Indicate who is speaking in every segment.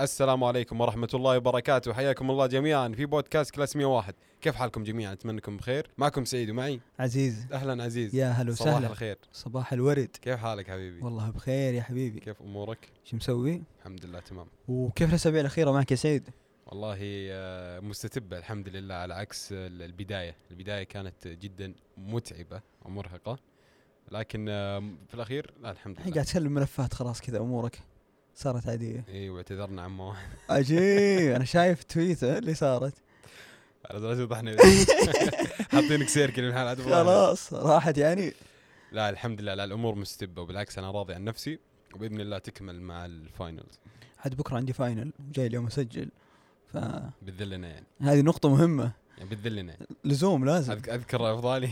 Speaker 1: السلام عليكم ورحمة الله وبركاته حياكم الله جميعا في بودكاست كلاس 101 كيف حالكم جميعا أتمنى أنكم بخير معكم سعيد ومعي
Speaker 2: عزيز
Speaker 1: أهلا عزيز
Speaker 2: يا هلا
Speaker 1: صباح
Speaker 2: وسهلا
Speaker 1: الخير
Speaker 2: صباح الورد
Speaker 1: كيف حالك حبيبي
Speaker 2: والله بخير يا حبيبي
Speaker 1: كيف أمورك
Speaker 2: شو مسوي
Speaker 1: الحمد لله تمام
Speaker 2: وكيف الاسابيع الاخيره معك يا سعيد
Speaker 1: والله آه، مستتبة الحمد لله على عكس ال- البداية البداية كانت جدا متعبة ومرهقة لكن آه، في الأخير لا الحمد
Speaker 2: الحين
Speaker 1: لله
Speaker 2: قاعد تسلم ملفات خلاص كذا امورك صارت عاديه
Speaker 1: اي واعتذرنا عن مواعيد
Speaker 2: عجيب انا شايف تويتر اللي صارت
Speaker 1: على زلمة يضحنا حاطينك سيركل من حال
Speaker 2: خلاص راحت يعني
Speaker 1: لا الحمد لله لا الامور مستبه وبالعكس انا راضي عن نفسي وباذن الله تكمل مع الفاينلز
Speaker 2: حد بكره عندي فاينل وجاي اليوم اسجل فهذه
Speaker 1: بتذلنا يعني
Speaker 2: نقطه مهمه
Speaker 1: يعني بتذلنا يعني.
Speaker 2: لزوم لازم
Speaker 1: أذك- اذكر افضالي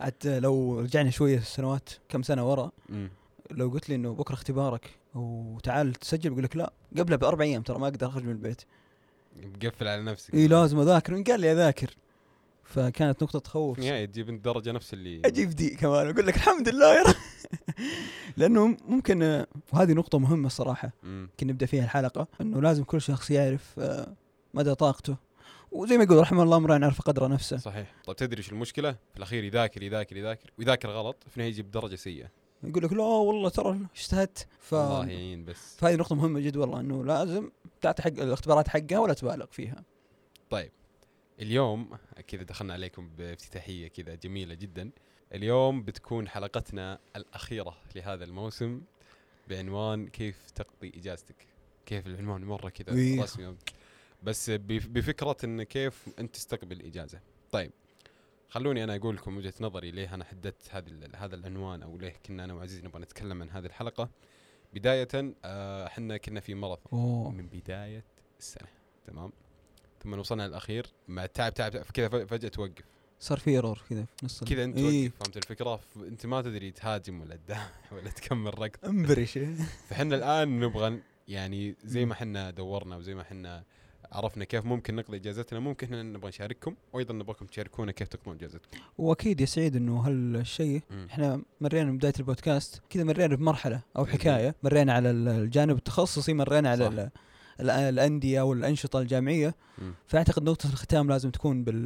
Speaker 2: حتى لو رجعنا شويه سنوات كم سنه ورا
Speaker 1: أمم.
Speaker 2: لو قلت لي انه بكره اختبارك وتعال تسجل بقول لك لا قبلها باربع ايام ترى ما اقدر اخرج من البيت
Speaker 1: مقفل على نفسك
Speaker 2: اي لازم اذاكر من قال لي اذاكر فكانت نقطه تخوف
Speaker 1: في النهايه تجيب انت درجه نفس اللي
Speaker 2: اجيب دي كمان اقول لك الحمد لله يا رب. لانه ممكن آه، وهذه نقطه مهمه الصراحه
Speaker 1: أمم.
Speaker 2: يمكن نبدا فيها الحلقه انه لازم كل شخص يعرف آه، مدى طاقته وزي ما يقول رحمه الله امرئ عرف قدر نفسه
Speaker 1: صحيح طيب تدري شو المشكله في الاخير يذاكر يذاكر يذاكر ويذاكر غلط في النهايه يجيب درجه سيئه
Speaker 2: يقول لك لا والله ترى اجتهدت ف...
Speaker 1: الله يعين بس
Speaker 2: فهذه نقطه مهمه جد والله انه لازم تعطي حق الاختبارات حقها ولا تبالغ فيها
Speaker 1: اليوم كذا دخلنا عليكم بافتتاحيه كذا جميله جدا اليوم بتكون حلقتنا الاخيره لهذا الموسم بعنوان كيف تقضي اجازتك كيف العنوان مره كذا
Speaker 2: إيه.
Speaker 1: رسمي بس بف- بفكره ان كيف انت تستقبل الاجازه طيب خلوني انا اقول لكم وجهه نظري ليه انا حددت هذا ال- هذا العنوان او ليه كنا انا وعزيز نبغى نتكلم عن هذه الحلقه بدايه آه، احنا كنا في مرض
Speaker 2: اوه
Speaker 1: من بدايه السنه تمام ثم وصلنا للاخير مع تعب تعب, تعب كذا ف- فجاه توقف
Speaker 2: صار في ايرور كذا في نص ال-
Speaker 1: كذا انت
Speaker 2: إيه.
Speaker 1: توقف فهمت الفكره ف- انت ما تدري تهاجم ولا تدافع ولا تكمل ركض
Speaker 2: انبرش
Speaker 1: فحنا الان نبغى ن- يعني زي ما حنا دورنا وزي ما حنا عرفنا كيف ممكن نقضي اجازتنا ممكن احنا نبغى نشارككم وايضا نبغاكم تشاركونا كيف تقضون اجازتكم
Speaker 2: واكيد يا سعيد انه هالشيء
Speaker 1: مم.
Speaker 2: احنا مرينا بدايه البودكاست كذا مرينا بمرحله او
Speaker 1: مهم.
Speaker 2: حكايه مرينا على ال- الجانب التخصصي مرينا على
Speaker 1: صح.
Speaker 2: ال- ال- الانديه والانشطه الجامعيه
Speaker 1: مم.
Speaker 2: فاعتقد نقطه الختام لازم تكون بال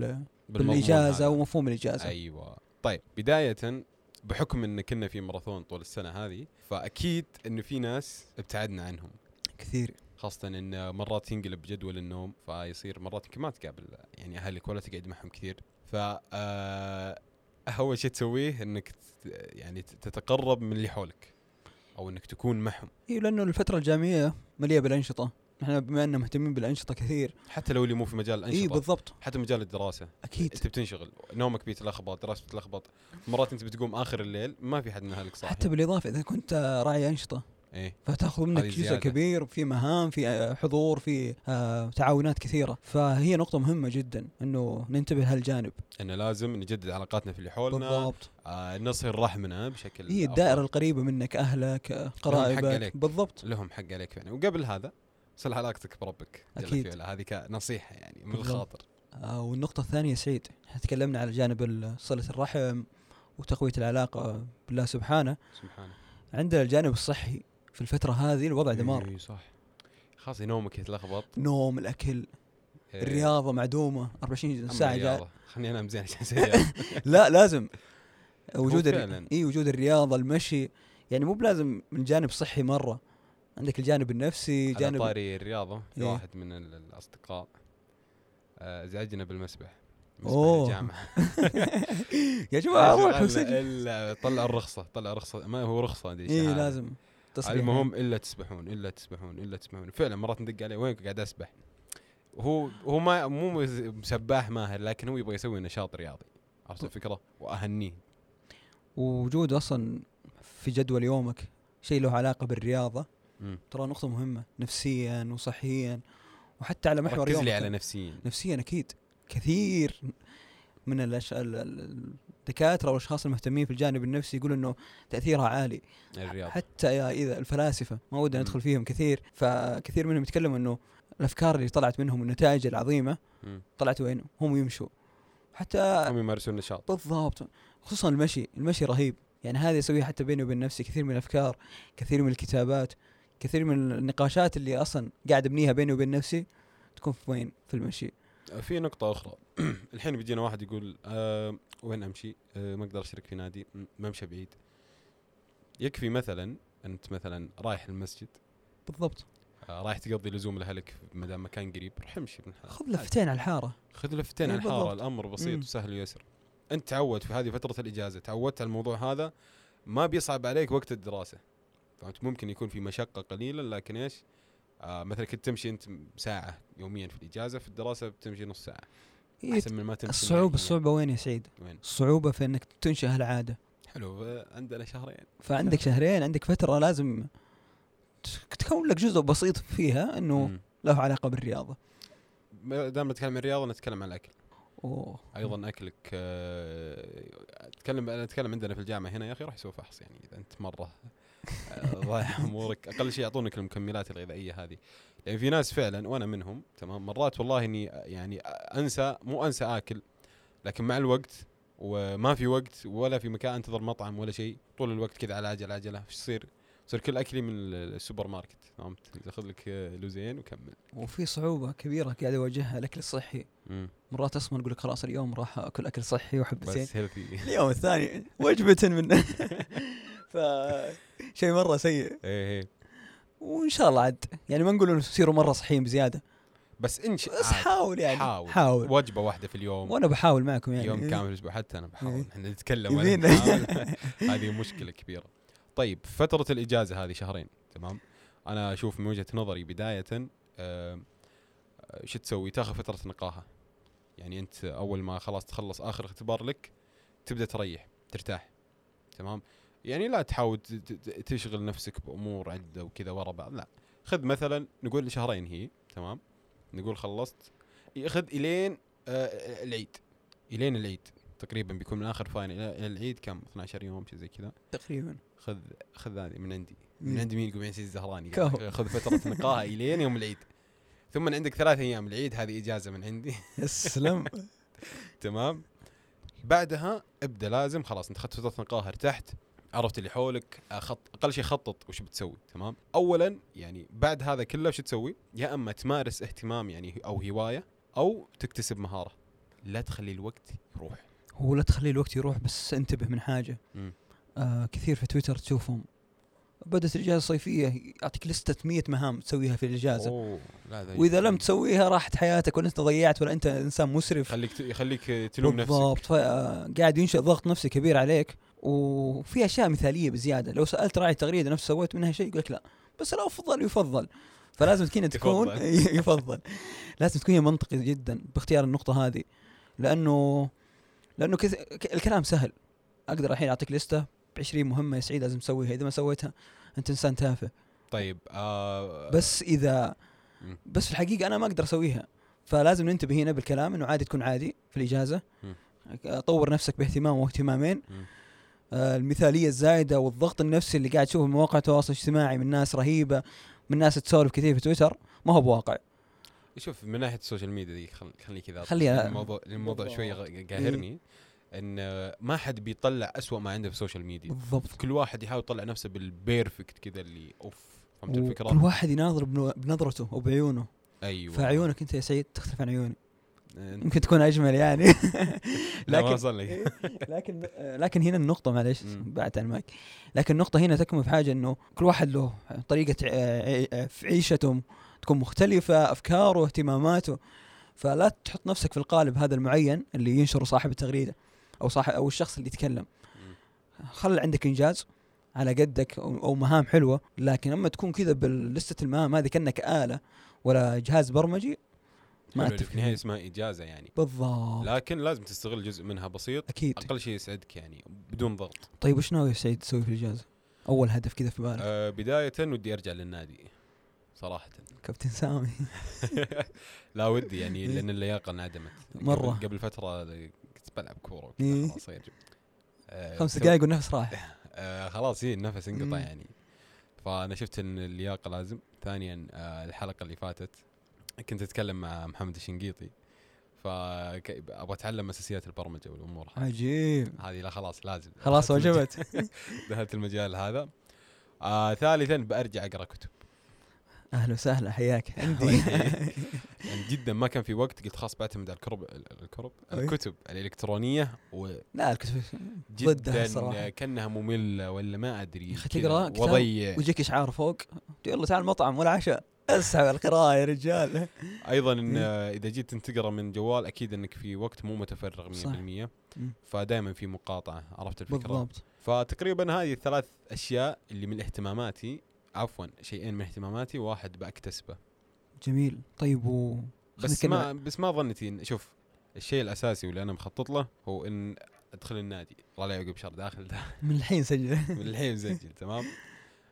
Speaker 1: بالمضمون هذا.
Speaker 2: بالاجازه ومفهوم الاجازه
Speaker 1: ايوه طيب بدايه بحكم ان كنا في ماراثون طول السنه هذه فاكيد انه في ناس ابتعدنا عنهم
Speaker 2: كثير
Speaker 1: خاصة ان مرات ينقلب جدول النوم فيصير مرات يمكن ما تقابل يعني اهلك ولا تقعد معهم كثير ف آه، اول شيء تسويه انك ت- يعني ت- تتقرب من اللي حولك او انك تكون معهم
Speaker 2: اي لانه الفتره الجامعيه مليئه بالانشطه احنا بما اننا مهتمين بالانشطه كثير
Speaker 1: حتى لو اللي مو في مجال
Speaker 2: اي
Speaker 1: الانشطه
Speaker 2: إيه، بالضبط إيه.
Speaker 1: حتى مجال الدراسه
Speaker 2: اكيد
Speaker 1: انت بتنشغل نومك بيتلخبط دراستك بتتلخبط مرات انت بتقوم اخر الليل ما في حد من اهلك صاحي
Speaker 2: حتى بالاضافه اذا كنت راعي انشطه
Speaker 1: ايه
Speaker 2: فتاخذ منك
Speaker 1: هذه
Speaker 2: جزء
Speaker 1: زيادة.
Speaker 2: كبير في مهام في آه، حضور في آه، تعاونات كثيره فهي نقطه مهمه جدا انه ننتبه هالجانب
Speaker 1: انه لازم نجدد علاقاتنا في اللي حولنا
Speaker 2: بالضبط إيه،
Speaker 1: آه نصل رحمنا بشكل
Speaker 2: هي
Speaker 1: أفضل.
Speaker 2: الدائرة القريبة منك أهلك آه، قرائبك
Speaker 1: عليك.
Speaker 2: بالضبط
Speaker 1: لهم حق عليك فعلا وقبل هذا صلح علاقتك بربك جل
Speaker 2: أكيد.
Speaker 1: في علا. هذه كنصيحه يعني من
Speaker 2: بالضبط.
Speaker 1: الخاطر
Speaker 2: آه والنقطة الثانية سعيد احنا تكلمنا على جانب ال- صلة الرحم وتقوية العلاقة بالله سبحانه
Speaker 1: سبحانه
Speaker 2: عندنا الجانب الصحي في الفترة هذه الوضع دمار
Speaker 1: اي إيه، صح خاصه نومك يتلخبط
Speaker 2: نوم الأكل
Speaker 1: إيه،
Speaker 2: الرياضة معدومة 24
Speaker 1: أما
Speaker 2: ساعة جاء
Speaker 1: الرياضة. خليني انام زين عشان سيارة
Speaker 2: لا لازم وجود
Speaker 1: فعلاً.
Speaker 2: ال... اي وجود الرياضة المشي يعني مو بلازم من جانب صحي مرة عندك الجانب النفسي
Speaker 1: على
Speaker 2: جانب
Speaker 1: طاري الرياضه في
Speaker 2: إيه.
Speaker 1: واحد من ال- الاصدقاء آه، ازعجنا بالمسبح مسبح
Speaker 2: أوه.
Speaker 1: الجامعه
Speaker 2: يا جماعة روحوا
Speaker 1: إلا-
Speaker 2: سجل
Speaker 1: الا طلع الرخصه طلع رخصه ما هو رخصه ادري
Speaker 2: اي إيه، لازم تصحيح
Speaker 1: المهم الا تسبحون الا تسبحون الا تسبحون فعلا مرات ندق عليه وين قاعد اسبح هو هو ما مو مز- سباح ماهر لكن هو يبغى يسوي نشاط رياضي عرفت الفكره واهنيه
Speaker 2: ووجود اصلا في جدول يومك شيء له علاقه بالرياضه
Speaker 1: مم.
Speaker 2: ترى نقطه مهمه نفسيا وصحيا وحتى على محور
Speaker 1: ركز
Speaker 2: يومك
Speaker 1: لي على نفسيا
Speaker 2: نفسيا اكيد كثير من الأش... ال- ال- الدكاتره والاشخاص المهتمين في الجانب النفسي يقولوا انه تاثيرها عالي
Speaker 1: الرياضه
Speaker 2: حتى يا اذا الفلاسفه ما ودنا
Speaker 1: مم.
Speaker 2: ندخل فيهم كثير فكثير منهم يتكلموا انه الافكار اللي طلعت منهم النتائج العظيمه
Speaker 1: مم.
Speaker 2: طلعت وين هم يمشوا حتى
Speaker 1: هم يمارسون نشاط
Speaker 2: بالضبط خصوصا المشي المشي رهيب يعني هذا يسويه حتى بيني وبين نفسي كثير من الافكار كثير من الكتابات كثير من النقاشات اللي اصلا قاعد ابنيها بيني وبين نفسي تكون في وين في المشي
Speaker 1: في نقطة أخرى الحين بيجينا واحد يقول آه وين أمشي؟ آه ما أقدر أشترك في نادي م- ما أمشي بعيد يكفي مثلا أنت مثلا رايح المسجد
Speaker 2: بالضبط
Speaker 1: آه رايح تقضي لزوم لأهلك ما دام مكان قريب روح امشي من
Speaker 2: خذ لفتين على الحاره
Speaker 1: خذ لفتين
Speaker 2: إيه
Speaker 1: على الحارة
Speaker 2: بالضبط.
Speaker 1: الأمر بسيط
Speaker 2: مم.
Speaker 1: وسهل ويسر أنت تعود في هذه فترة الإجازة تعودت على الموضوع هذا ما بيصعب عليك وقت الدراسة فأنت ممكن يكون في مشقة قليلا لكن إيش آه مثلا كنت تمشي أنت ساعة يوميا في الإجازة في الدراسة بتمشي نص ساعة
Speaker 2: إيه،
Speaker 1: أحسن من ما تمشي
Speaker 2: الصعوبه
Speaker 1: نهائياً.
Speaker 2: الصعوبه وين يا سعيد؟
Speaker 1: وين؟
Speaker 2: الصعوبه في انك تنشئ هالعاده
Speaker 1: حلو آه، عندنا شهرين نعم.
Speaker 2: فعندك شهرين عندك فتره لازم ت- تكون لك جزء بسيط فيها انه
Speaker 1: مم.
Speaker 2: له علاقه بالرياضه
Speaker 1: ما دام نتكلم عن الرياضة نتكلم عن الأكل
Speaker 2: اوه
Speaker 1: أيضا أكلك آه، أتكلم أنا أتكلم عندنا في الجامعة هنا يا أخي روح سوي فحص يعني إذا أنت مرة آه، ضايع أمورك أقل شيء يعطونك المكملات الغذائية هذه لأن في ناس فعلا وأنا منهم تمام مرات والله إني آه، يعني آه، أنسى مو أنسى آكل لكن مع الوقت وما في وقت ولا في مكان انتظر مطعم ولا شيء طول الوقت كذا على عجله عجله ايش يصير؟ يصير كل اكلي من ال- السوبر ماركت فهمت؟ خذ لك آه، لوزين وكمل.
Speaker 2: وفي صعوبه كبيره قاعد اواجهها الاكل الصحي مرات اصلا اقول لك خلاص اليوم راح اكل اكل صحي وحبتين
Speaker 1: بس هيلثي
Speaker 2: اليوم الثاني وجبه من ف شيء مره سيء
Speaker 1: ايه ايه
Speaker 2: وان شاء الله عد يعني ما نقول انه تصيروا مره صحيين بزياده
Speaker 1: بس انش
Speaker 2: بس
Speaker 1: عاد.
Speaker 2: حاول يعني
Speaker 1: حاول.
Speaker 2: حاول, حاول.
Speaker 1: وجبه واحده في اليوم
Speaker 2: وانا بحاول معكم يعني
Speaker 1: يوم
Speaker 2: إيه.
Speaker 1: كامل الاسبوع حتى انا بحاول
Speaker 2: إيه.
Speaker 1: احنا نتكلم ولا
Speaker 2: يبينا.
Speaker 1: نحاول. هذه مشكله كبيره طيب فتره الاجازه هذه شهرين تمام انا اشوف من وجهه نظري بدايه آه، آه، شو تسوي تاخذ فتره نقاهه يعني انت اول ما خلاص تخلص اخر اختبار لك تبدا تريح ترتاح تمام يعني لا تحاول ت- ت- تشغل نفسك بامور عده وكذا ورا بعض لا خذ مثلا نقول شهرين هي تمام نقول خلصت خذ الين آه، العيد الين العيد تقريبا بيكون من اخر فاينل الى إلى العيد كم 12 يوم شيء زي كذا
Speaker 2: تقريبا
Speaker 1: خذ خذ هذه من عندي من
Speaker 2: مم.
Speaker 1: عند مين يقول من عند الزهراني
Speaker 2: كهو.
Speaker 1: خذ فتره نقاهه الين يوم العيد ثم عندك ثلاث ايام العيد هذه اجازه من عندي
Speaker 2: اسلم
Speaker 1: تمام بعدها ابدا لازم خلاص انت اخذت فتره نقاهه ارتحت عرفت اللي حولك خط اقل شيء خطط وش بتسوي تمام اولا يعني بعد هذا كله وش تسوي يا اما تمارس اهتمام يعني او هوايه او تكتسب مهاره لا تخلي الوقت يروح
Speaker 2: هو لا تخلي الوقت يروح بس انتبه من حاجه
Speaker 1: مم.
Speaker 2: آه كثير في تويتر تشوفهم بدت الاجازه الصيفيه يعطيك لستة 100 مهام تسويها في الاجازه
Speaker 1: أوه، لا ذا
Speaker 2: واذا لم
Speaker 1: يخليك-
Speaker 2: تسويها راحت حياتك ولا انت ضيعت ولا انت انسان مسرف
Speaker 1: يخليك يخليك تلوم نفسك
Speaker 2: بالضبط فا- قاعد ينشئ ضغط نفسي كبير عليك وفي اشياء مثاليه بزياده لو سالت راعي تغريده نفسه سويت منها شيء يقول لك لا بس الافضل يفضل فلازم كنا تكون يفضل لازم تكون هي منطقي جدا باختيار النقطه هذه لانه لانه كث... ك- الكلام سهل اقدر الحين اعطيك لسته ب 20 مهمه يا سعيد لازم تسويها اذا ما سويتها انت انسان تافه
Speaker 1: طيب آه
Speaker 2: بس اذا
Speaker 1: مم.
Speaker 2: بس في الحقيقه انا ما اقدر اسويها فلازم ننتبه هنا بالكلام انه عادي تكون عادي في الاجازه
Speaker 1: مم.
Speaker 2: طور نفسك باهتمام واهتمامين
Speaker 1: مم.
Speaker 2: آه المثاليه الزايده والضغط النفسي اللي قاعد تشوفه في مواقع التواصل الاجتماعي من ناس رهيبه من ناس تسولف كثير في تويتر ما هو بواقع
Speaker 1: إيه. شوف من ناحيه السوشيال ميديا دي خل... خلي كذا
Speaker 2: خليها- إيه.
Speaker 1: الموضوع الموضوع شوي غ- قاهرني ان آه، ما حد بيطلع أسوأ ما عنده في السوشيال ميديا
Speaker 2: بالضبط
Speaker 1: كل واحد يحاول يطلع نفسه بالبيرفكت كذا اللي اوف فهمت
Speaker 2: كل
Speaker 1: الفكره؟
Speaker 2: واحد يناظر بنو- بنظرته وبعيونه
Speaker 1: ايوه
Speaker 2: فعيونك انت يا سعيد تختلف عن عيوني
Speaker 1: انت
Speaker 2: يمكن تكون اجمل يعني
Speaker 1: لكن
Speaker 2: لكن
Speaker 1: وصل لك
Speaker 2: لكن لكن هنا النقطة معلش
Speaker 1: إيه. مم.
Speaker 2: بعت عن المايك لكن النقطة هنا تكمن في حاجة انه كل واحد له طريقة ع- ع- في عيشته تكون مختلفة افكاره اهتماماته فلا تحط نفسك في القالب هذا المعين اللي ينشره صاحب التغريدة او صاحب او الشخص اللي يتكلم
Speaker 1: مم.
Speaker 2: خل عندك انجاز على قدك او أو مهام حلوة لكن اما تكون كذا باللستة المهام هذه كانك آلة ولا جهاز برمجي ما
Speaker 1: حلو، اللي
Speaker 2: اتفق
Speaker 1: في النهايه اسمها اجازه يعني
Speaker 2: بالضبط
Speaker 1: لكن لازم تستغل جزء منها بسيط
Speaker 2: اكيد
Speaker 1: اقل شيء يسعدك يعني بدون ضغط
Speaker 2: طيب وش ناوي يا سعيد تسوي في الاجازة؟ اول هدف كذا في بالك
Speaker 1: آه بدايه ودي ارجع للنادي صراحه
Speaker 2: كابتن سامي
Speaker 1: أيوة، لا ودي يعني
Speaker 2: إيه.
Speaker 1: لان اللياقه انعدمت قبل-
Speaker 2: مرة.
Speaker 1: قبل فتره كنت بلعب كوره وكذا
Speaker 2: إيه.
Speaker 1: خلاص يا رجل. آه،
Speaker 2: خمس
Speaker 1: سو-
Speaker 2: دقائق والنفس راح
Speaker 1: آه، خلاص هي النفس انقطع
Speaker 2: مم.
Speaker 1: يعني فانا شفت ان اللياقه لازم ثانيا آه، الحلقه اللي فاتت كنت اتكلم مع محمد الشنقيطي فابغى اتعلم اساسيات البرمجه والامور هذه.
Speaker 2: عجيب
Speaker 1: هذه لا خلاص لازم
Speaker 2: خلاص
Speaker 1: دخلت المجال-
Speaker 2: وجبت
Speaker 1: دخلت المجال هذا آه ثالثا برجع اقرا كتب
Speaker 2: اهلا وسهلا حياك عندي
Speaker 1: يعني جدا ما كان في وقت قلت خلاص بعتمد على الكرب ال- الكرب
Speaker 2: أي.
Speaker 1: الكتب الالكترونيه وجدا
Speaker 2: لا الكتب ضدها الصراحة.
Speaker 1: كانها ممله ولا ما ادري
Speaker 2: يا أخي
Speaker 1: كذا
Speaker 2: تقرأ كتاب
Speaker 1: وضيع
Speaker 2: ويجيك اشعار فوق يلا تعال مطعم ولا عشاء اسحب على القراءه يا رجال
Speaker 1: ايضا ان
Speaker 2: إيه.
Speaker 1: اذا جيت انت تقرا من جوال اكيد انك في وقت مو متفرغ
Speaker 2: صح.
Speaker 1: 100%
Speaker 2: مم.
Speaker 1: فدائما في مقاطعه عرفت الفكره
Speaker 2: بالضبط
Speaker 1: فتقريبا هذه الثلاث اشياء اللي من اهتماماتي عفوا شيئين من اهتماماتي واحد بكتسبه
Speaker 2: جميل طيب و خلينا
Speaker 1: بس
Speaker 2: نتكلم
Speaker 1: ما بس ما ظنتي إن- شوف الشيء الاساسي واللي انا مخطط له هو ان ادخل النادي الله لا يعقب شر داخل
Speaker 2: من الحين سجل
Speaker 1: من الحين مسجل تمام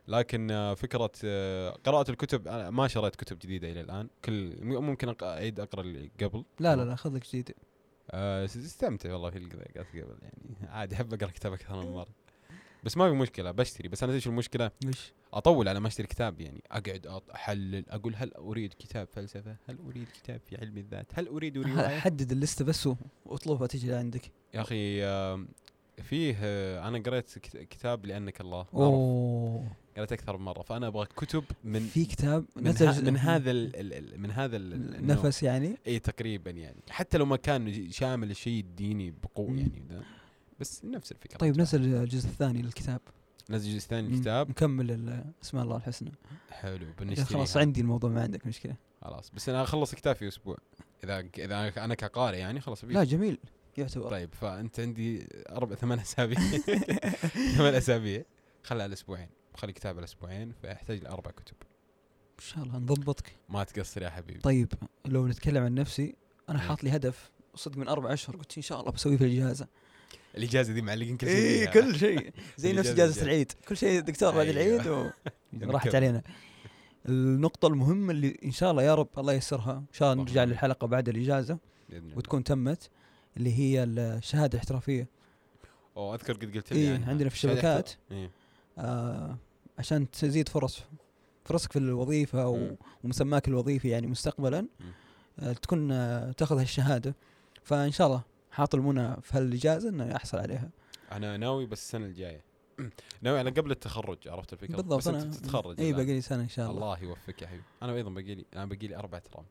Speaker 1: لكن آه، فكره آه، قراءه الكتب أنا ما شريت كتب جديده الى الان كل م- ممكن أق- اعيد اقرا اللي قبل
Speaker 2: لا لا لا خذ لك جديد
Speaker 1: آه، استمتع والله في اللي قرأت قبل يعني عادي احب اقرا كتاب اكثر من مره بس ما في مشكله بشتري بس انا ايش المشكله
Speaker 2: وش
Speaker 1: اطول على ما اشتري كتاب يعني اقعد أط- احلل اقول هل اريد كتاب فلسفه؟ هل اريد كتاب في علم الذات؟ هل اريد روايه؟
Speaker 2: حدد اللسته بس و- واطلبها تجي عندك
Speaker 1: يا اخي آم، فيه آه، انا قريت كت- كتاب لانك الله معروف. يعني
Speaker 2: اوه
Speaker 1: قريت اكثر من مره فانا ابغى كتب من
Speaker 2: في كتاب
Speaker 1: من, ها
Speaker 2: نتج
Speaker 1: من هذا ال ال- ال من هذا ال- ال- النوع.
Speaker 2: النفس يعني
Speaker 1: اي تقريبا يعني حتى لو ما كان ج- شامل الشيء الديني بقوه
Speaker 2: مم.
Speaker 1: يعني ده. بس نفس الفكره
Speaker 2: طيب نزل الجزء الثاني للكتاب
Speaker 1: نزل الجزء الثاني
Speaker 2: مم.
Speaker 1: الكتاب
Speaker 2: مكمل ال- اسماء الله الحسنى
Speaker 1: حلو
Speaker 2: قال
Speaker 1: بنشتري
Speaker 2: خلاص عندي الموضوع ما عندك مشكله
Speaker 1: خلاص بس انا اخلص كتاب في اسبوع اذا اذا انا كقارئ يعني خلاص
Speaker 2: لا جميل يعتبر
Speaker 1: طيب فانت عندي اربع ثمان اسابيع ثمان اسابيع خلها على اسبوعين خلي كتاب على اسبوعين فاحتاج لاربع كتب
Speaker 2: ان شاء الله نضبطك
Speaker 1: ما تقصر يا حبيبي
Speaker 2: طيب لو نتكلم عن نفسي انا
Speaker 1: إيه.
Speaker 2: حاط لي هدف صدق من اربع اشهر قلت ان شاء الله بسويه في الاجازه
Speaker 1: الاجازه دي معلقين كل شيء
Speaker 2: اي
Speaker 1: فيها.
Speaker 2: إيه، كل شيء زي نفس
Speaker 1: الإجازة
Speaker 2: اجازه
Speaker 1: الجاية.
Speaker 2: العيد كل شيء دكتور بعد
Speaker 1: أيوة.
Speaker 2: العيد و...
Speaker 1: نكمل.
Speaker 2: راحت علينا النقطة المهمة اللي إن شاء الله يا رب الله ييسرها إن شاء الله نرجع
Speaker 1: اللهم.
Speaker 2: للحلقة بعد الإجازة
Speaker 1: بإذن الله.
Speaker 2: وتكون تمت اللي هي الشهادة الاحترافية
Speaker 1: اوه اذكر قد قلت لي
Speaker 2: إيه
Speaker 1: عنها.
Speaker 2: عندنا في
Speaker 1: شهادة
Speaker 2: الشبكات
Speaker 1: احترا- إيه.
Speaker 2: آه عشان تزيد فرص فرصك في الوظيفة و...
Speaker 1: مم.
Speaker 2: ومسماك الوظيفي يعني مستقبلا آه تكون آه تاخذ هالشهادة فإن شاء الله حاط المنى في هالإجازة إنه أحصل عليها
Speaker 1: انا ناوي بس السنه الجايه ناوي على قبل التخرج عرفت الفكره
Speaker 2: بالضبط إيه،
Speaker 1: بس انت بتتخرج
Speaker 2: إي
Speaker 1: الآن.
Speaker 2: باقي لي سنة إن شاء الله,
Speaker 1: الله يوفقك يا حبيبي انا ايضا باقي لي انا باقي لي اربع ترام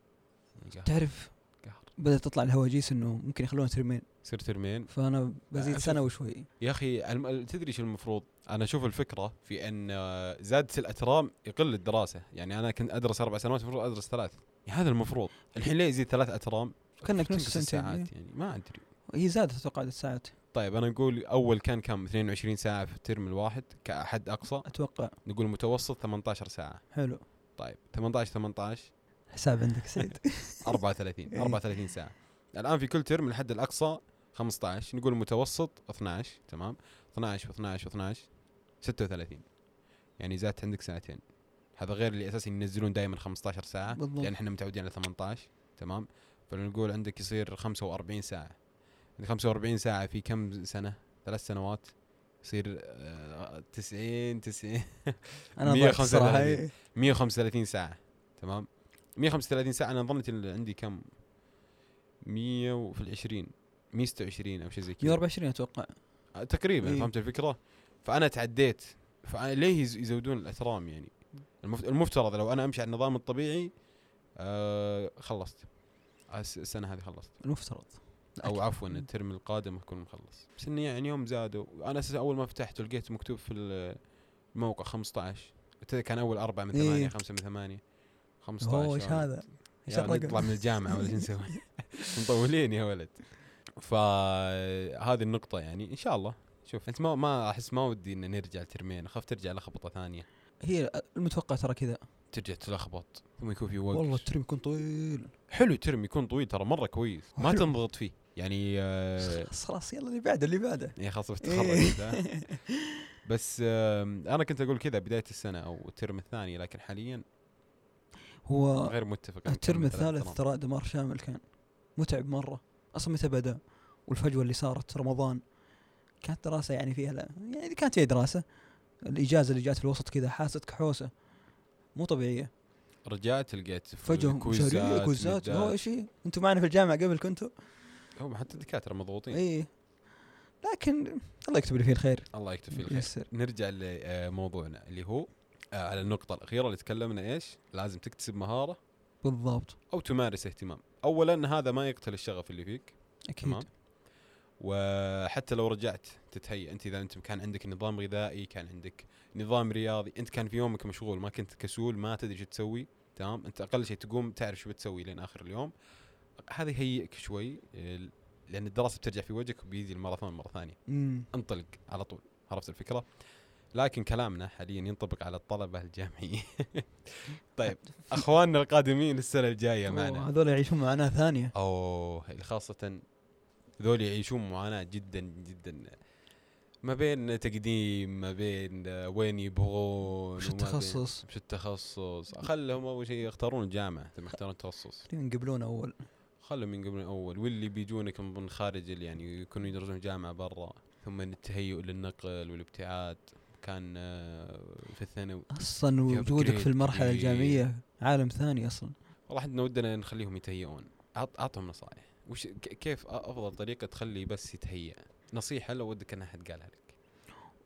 Speaker 1: قهر-
Speaker 2: تعرف
Speaker 1: قهر.
Speaker 2: بدأت تطلع الهواجيس إنه ممكن يخلونا ترمين
Speaker 1: صير ترمين
Speaker 2: فأنا بزيد
Speaker 1: أشوف.
Speaker 2: سنة وشوي
Speaker 1: يا اخي الم- ال- تدري شو المفروض؟ انا اشوف الفكره في ان آه، زادت الاترام يقل الدراسه، يعني انا كنت ادرس اربع سنوات المفروض ادرس ثلاث، يعني هذا المفروض، الحين ليه يزيد ثلاث اترام؟
Speaker 2: كأنك
Speaker 1: تنقص
Speaker 2: نفس سنتين
Speaker 1: الساعات يعني ما ادري.
Speaker 2: هي زادت اتوقع عدد الساعات
Speaker 1: طيب انا نقول اول كان كم 22 ساعه في الترم الواحد كحد اقصى،
Speaker 2: اتوقع
Speaker 1: نقول متوسط 18 ساعه،
Speaker 2: حلو
Speaker 1: طيب 18 18
Speaker 2: حساب عندك سعيد
Speaker 1: 34
Speaker 2: إيه.
Speaker 1: 34 ساعه. الان في كل ترم الحد الاقصى 15 نقول متوسط 12 تمام 12 و12 و12 36 يعني زادت عندك ساعتين هذا غير اللي اساسا ينزلون دائما 15 ساعه
Speaker 2: بالضبط.
Speaker 1: لان احنا متعودين على 18 تمام فنقول عندك يصير 45 ساعه ال 45 ساعه في كم سنه ثلاث سنوات يصير آه، 90 90
Speaker 2: انا ضعت
Speaker 1: 135.
Speaker 2: صراحه إيه.
Speaker 1: 135 ساعة تمام 135 ساعة أنا ظنيت إن عندي كم 100 وفي العشرين 126 أو شيء زي كذا
Speaker 2: 124 اتوقع
Speaker 1: آه، تقريبا
Speaker 2: إيه.
Speaker 1: فهمت الفكرة فأنا تعديت فليه يز- يزودون الأترام يعني المفت- المفترض لو أنا أمشي على النظام الطبيعي آه خلصت آه، الس- السنة هذه خلصت
Speaker 2: المفترض
Speaker 1: أو
Speaker 2: أكيد.
Speaker 1: عفوا
Speaker 2: مم.
Speaker 1: الترم القادم أكون مخلص بس إني يعني يوم زادوا أنا أساسا أول ما فتحته لقيت مكتوب في ال- الموقع 15 تدري كان أول أربعة من
Speaker 2: إيه.
Speaker 1: ثمانية خمسة من ثمانية 15
Speaker 2: اوه ايش
Speaker 1: يعني.
Speaker 2: هذا؟ ايش
Speaker 1: يعني نطلع
Speaker 2: الرقم؟
Speaker 1: من الجامعه ولا شو نسوي؟ مطولين يا ولد. فهذه النقطة يعني ان شاء الله شوف انت ما ما احس ما ودي ان نرجع لترمين اخاف ترجع لخبطة ثانية
Speaker 2: هي المتوقع ترى كذا
Speaker 1: ترجع تلخبط ثم يكون في وقت
Speaker 2: والله الترم يكون طويل
Speaker 1: حلو ترم يكون طويل ترى مرة كويس ما
Speaker 2: حلو.
Speaker 1: تنضغط فيه يعني آه
Speaker 2: خلاص خلاص يلا اللي بعده اللي بعده
Speaker 1: يا خلاص
Speaker 2: إيه.
Speaker 1: بتخرج أنت. بس آه انا كنت اقول كذا بداية السنة او الترم الثاني لكن حاليا
Speaker 2: هو
Speaker 1: غير متفق أنا
Speaker 2: الترم
Speaker 1: أكمل ثلاث
Speaker 2: آه. الثالث
Speaker 1: ترام.
Speaker 2: ترى دمار شامل كان متعب مره اصلا متى بدا والفجوه اللي صارت رمضان كانت دراسه يعني فيها لا يعني كانت فيها دراسه الاجازه اللي جات في الوسط كذا حاسه كحوسه مو طبيعيه
Speaker 1: رجعت لقيت
Speaker 2: فجأة مشاريع كوزات هو إيه؟
Speaker 1: مدات.
Speaker 2: ايش انتم معنا في الجامعة قبل كنتوا؟
Speaker 1: هم حتى الدكاترة مضغوطين
Speaker 2: اي لكن الله يكتب لي فيه الخير إيه.
Speaker 1: الله يكتب فيه الخير
Speaker 2: ييسر
Speaker 1: نرجع لموضوعنا آه، اللي هو آه على النقطه الاخيره اللي تكلمنا ايش لازم تكتسب مهاره
Speaker 2: بالضبط
Speaker 1: او تمارس اهتمام اولا هذا ما يقتل الشغف اللي فيك
Speaker 2: اكيد
Speaker 1: تمام وحتى لو رجعت تتهيأ انت اذا انت كان عندك نظام غذائي كان عندك نظام رياضي انت كان في يومك مشغول ما كنت كسول ما تدري شو تسوي تمام انت اقل شيء تقوم تعرف شو بتسوي لين اخر اليوم هذا يهيئك شوي ال- لان الدراسه بترجع في وجهك وبيجي الماراثون مره ثانيه
Speaker 2: امم
Speaker 1: انطلق على طول عرفت الفكره لكن كلامنا حاليا ينطبق على الطلبه الجامعيين طيب اخواننا القادمين السنه الجايه معنا
Speaker 2: أوه، هذول يعيشون معاناه ثانيه
Speaker 1: اوه خاصة ذول يعيشون معاناة جدا جدا ما بين تقديم ما بين وين يبغون
Speaker 2: وش
Speaker 1: وما بين-
Speaker 2: التخصص؟
Speaker 1: وش التخصص خلهم اول شيء يختارون الجامعة لما يختارون التخصص
Speaker 2: تقريبا يقبلون اول
Speaker 1: خلهم من قبل اول واللي بيجونك من خارج ال- يعني يكونوا يدرسون جامعة برا ثم التهيؤ للنقل والابتعاد كان آه، في الثانوي
Speaker 2: اصلا
Speaker 1: يا
Speaker 2: وجودك
Speaker 1: upgrade
Speaker 2: في المرحله
Speaker 1: كبير.
Speaker 2: الجامعيه عالم ثاني اصلا
Speaker 1: والله احنا ودنا نخليهم يتهيئون أعط- اعطهم نصائح وش ك- كيف أ- افضل طريقه تخلي بس يتهيأ نصيحه لو ودك ان احد قالها لك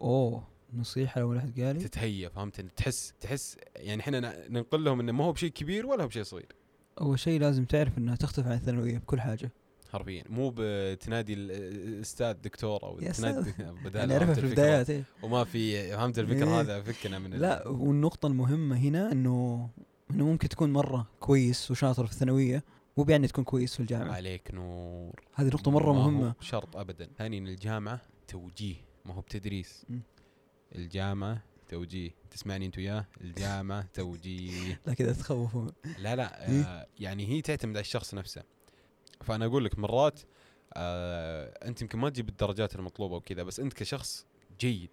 Speaker 2: اوه نصيحه لو احد قال لي
Speaker 1: تتهيأ فهمت إن تحس تحس يعني احنا ن- ننقل لهم انه ما هو بشيء كبير ولا هو بشيء صغير
Speaker 2: اول شيء لازم تعرف انها تختلف عن الثانويه بكل حاجه
Speaker 1: حرفيا مو بتنادي ال- الاستاذ دكتور او
Speaker 2: يا
Speaker 1: تنادي
Speaker 2: يعني
Speaker 1: بدال
Speaker 2: اعرفها
Speaker 1: فهمت
Speaker 2: في
Speaker 1: الفكرة؟
Speaker 2: البدايات إيه.
Speaker 1: وما في فهمت
Speaker 2: إيه.
Speaker 1: الفكره هذا فكنا من ال-
Speaker 2: لا والنقطة المهمة هنا انه انه ممكن تكون مرة كويس وشاطر في الثانوية مو بيعني تكون كويس في الجامعة
Speaker 1: عليك نور
Speaker 2: هذه نقطة مرة
Speaker 1: ما هو
Speaker 2: مهمة
Speaker 1: شرط ابدا ثانيا الجامعه توجيه ما هو بتدريس
Speaker 2: مم.
Speaker 1: الجامعه توجيه تسمعني انت وياه الجامعه توجيه
Speaker 2: لا كذا تخوفوا
Speaker 1: لا لا
Speaker 2: إيه؟
Speaker 1: آه يعني هي تعتمد على الشخص نفسه فانا اقول لك مرات آه انت يمكن ما تجيب الدرجات المطلوبه وكذا بس انت كشخص جيد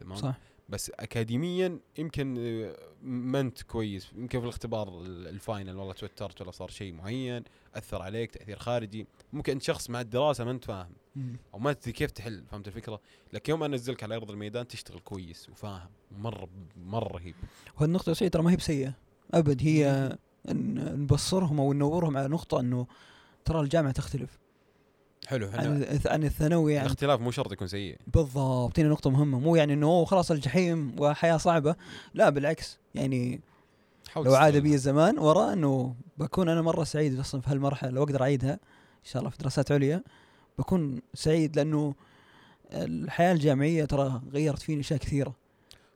Speaker 1: تمام
Speaker 2: صح
Speaker 1: بس اكاديميا يمكن آه، ما انت كويس يمكن في الاختبار ال- الفاينل والله توترت ولا صار شيء معين اثر عليك تاثير خارجي ممكن انت شخص مع الدراسه ما انت فاهم
Speaker 2: مم.
Speaker 1: او ما تدري كيف تحل فهمت الفكره؟ لكن يوم انزلك على ارض الميدان تشتغل كويس وفاهم مره مره رهيب
Speaker 2: وهالنقطة يا سعيد ترى ما هي بسيئة ابد هي إن- نبصرهم او ننورهم على نقطة انه ترى الجامعة تختلف
Speaker 1: حلو
Speaker 2: عن
Speaker 1: احنا
Speaker 2: الث- عن الثانوية عن
Speaker 1: الاختلاف مو شرط يكون سيء
Speaker 2: بالضبط هنا نقطة مهمة مو يعني انه أوه خلاص الجحيم وحياة صعبة لا بالعكس يعني
Speaker 1: حاول
Speaker 2: لو عاد
Speaker 1: تستغل.
Speaker 2: بي الزمان ورا انه بكون انا مره سعيد اصلا في هالمرحله لو اقدر اعيدها ان شاء الله في دراسات عليا بكون سعيد لانه الحياه الجامعيه ترى غيرت فيني اشياء كثيره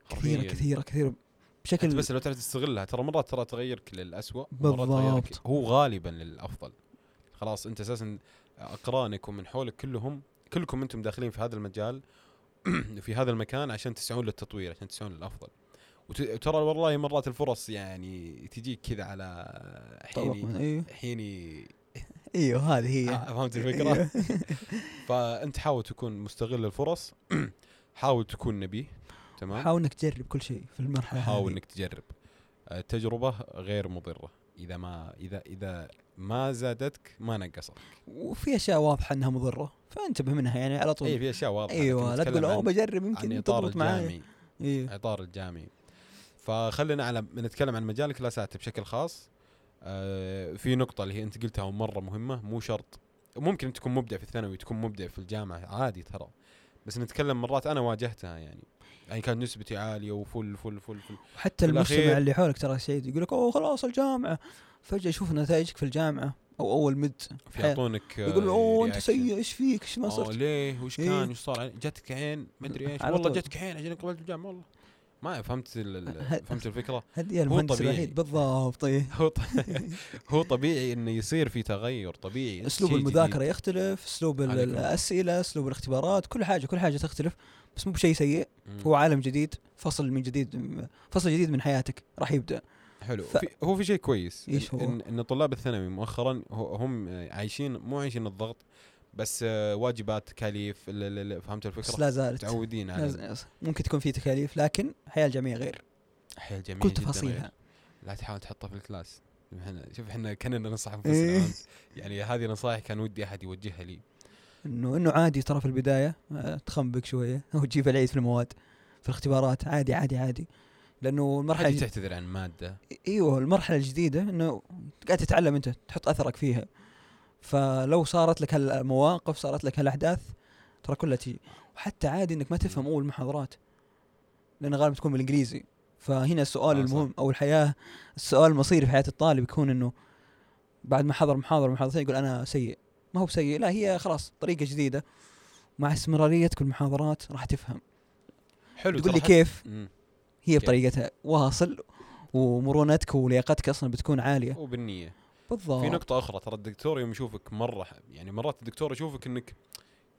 Speaker 2: كثيره
Speaker 1: حرفياً.
Speaker 2: كثيره كثيره
Speaker 1: انت
Speaker 2: بشكل
Speaker 1: بس لو تعرف تستغلها ترى مرات ترى تغيرك للأسوأ ومرات تغيرك-
Speaker 2: بالضبط.
Speaker 1: هو غالبا للافضل خلاص انت اساسا اقرانك ومن حولك كلهم كلكم انتم داخلين في هذا المجال في هذا المكان عشان تسعون للتطوير عشان تسعون للافضل وت- وترى والله مرات الفرص يعني تجيك كذا على
Speaker 2: طبق
Speaker 1: حيني
Speaker 2: ايوه
Speaker 1: حيني
Speaker 2: ايوه هذه هي
Speaker 1: آه، فهمت الفكره؟
Speaker 2: أيوه.
Speaker 1: فانت حاول تكون مستغل الفرص حاول تكون نبيه تمام
Speaker 2: حاول انك تجرب كل شيء في المرحله
Speaker 1: نعم. حاول
Speaker 2: هذه.
Speaker 1: انك تجرب التجربه غير مضره اذا ما اذا اذا ما زادتك ما نقصت
Speaker 2: طيب. وفي اشياء واضحه انها مضره فانتبه منها يعني على
Speaker 1: اي
Speaker 2: طول
Speaker 1: طيب، إيه، في اشياء واضحه
Speaker 2: ايوه
Speaker 1: لكن
Speaker 2: لا تقول
Speaker 1: نتكلم
Speaker 2: اوه
Speaker 1: عن-
Speaker 2: بجرب
Speaker 1: عن
Speaker 2: يمكن
Speaker 1: اطار
Speaker 2: تضبط معي
Speaker 1: الجامعي
Speaker 2: ايوه
Speaker 1: اطار الجامعي فخلينا على نتكلم عن مجال الكلاسات بشكل خاص آه، في نقطة اللي هي انت قلتها ومرة مهمة مو شرط ممكن تكون مبدع في الثانوي تكون مبدع في الجامعة عادي ترى بس نتكلم مرات انا واجهتها يعني يعني كانت نسبتي عالية وفل فل فل فل
Speaker 2: حتى
Speaker 1: في الأخير-
Speaker 2: المجتمع اللي حولك ترى سعيد يقول لك اوه خلاص الجامعه فجاه يشوف نتائجك في الجامعه او اول مد حياة.
Speaker 1: يعطونك آه،
Speaker 2: يقول اوه انت
Speaker 1: reaction.
Speaker 2: سيء ايش فيك ايش ما
Speaker 1: آه،
Speaker 2: صرت
Speaker 1: ليه وش
Speaker 2: إيه.
Speaker 1: كان وش صار علي- جاتك عين ما ادري ايش
Speaker 2: على
Speaker 1: والله
Speaker 2: طول.
Speaker 1: جاتك عين عشان قبلت الجامعة والله ما فهمت ال-
Speaker 2: ه-
Speaker 1: ال- فهمت الفكرة
Speaker 2: هذه هي المهندس
Speaker 1: طبيعي.
Speaker 2: الوحيد بالضبط إيه.
Speaker 1: هو ط- هو طبيعي انه يصير في تغير طبيعي
Speaker 2: اسلوب
Speaker 1: شيء جديد.
Speaker 2: المذاكره يختلف اسلوب ال-
Speaker 1: عليك.
Speaker 2: الاسئله اسلوب الاختبارات كل حاجه كل حاجه تختلف بس مو بشيء سيء
Speaker 1: مم.
Speaker 2: هو عالم جديد فصل من جديد فصل جديد من حياتك راح يبدا
Speaker 1: حلو
Speaker 2: ف-
Speaker 1: في هو في شيء كويس
Speaker 2: إيش
Speaker 1: إن-
Speaker 2: هو؟
Speaker 1: ان ان طلاب الثانوي مؤخرا هو- هم آه، عايشين مو عايشين الضغط بس آه، واجبات تكاليف ال- ال- ال- فهمت
Speaker 2: بس
Speaker 1: الفكره
Speaker 2: لا زالت
Speaker 1: متعودين
Speaker 2: لا
Speaker 1: على
Speaker 2: زالت. ممكن تكون في تكاليف لكن الحياه الجامعيه غير
Speaker 1: الحياه الجميله
Speaker 2: كل
Speaker 1: جداً إيه.
Speaker 2: تفاصيلها
Speaker 1: غير. لا تحاول تحطها في الكلاس احنا شوف احنا كنا ننصح
Speaker 2: إيه.
Speaker 1: انفسنا عرفت؟ يعني هذه نصائح كان ودي احد يوجهها لي
Speaker 2: انه انه عادي ترى في البدايه آه، تخنبق شويه او تجيب العيد في المواد في الاختبارات عادي عادي عادي لانه المرحله
Speaker 1: حد
Speaker 2: الج...
Speaker 1: تعتذر عن ماده
Speaker 2: ايوه المرحله الجديده انه قاعد تتعلم انت تحط اثرك فيها فلو صارت لك هالمواقف صارت لك هالاحداث ترى كلها تجي وحتى عادي انك ما تفهم اول المحاضرات لان غالبا تكون بالانجليزي فهنا السؤال
Speaker 1: آه،
Speaker 2: المهم او الحياه السؤال المصيري في حياه الطالب يكون انه بعد ما حضر محاضره محاضرتين يقول انا سيء ما هو سيء لا هي خلاص طريقه جديده مع استمراريتك بالمحاضرات راح تفهم
Speaker 1: حلو
Speaker 2: تقول لي
Speaker 1: ترى حتى-
Speaker 2: كيف
Speaker 1: مم.
Speaker 2: هي
Speaker 1: كيف.
Speaker 2: بطريقتها واصل ومرونتك ولياقتك اصلا بتكون عاليه
Speaker 1: وبالنيه في
Speaker 2: بالضبط
Speaker 1: نقطة أخرى ترى الدكتور يوم يشوفك مرة ح- يعني مرات الدكتور يشوفك إنك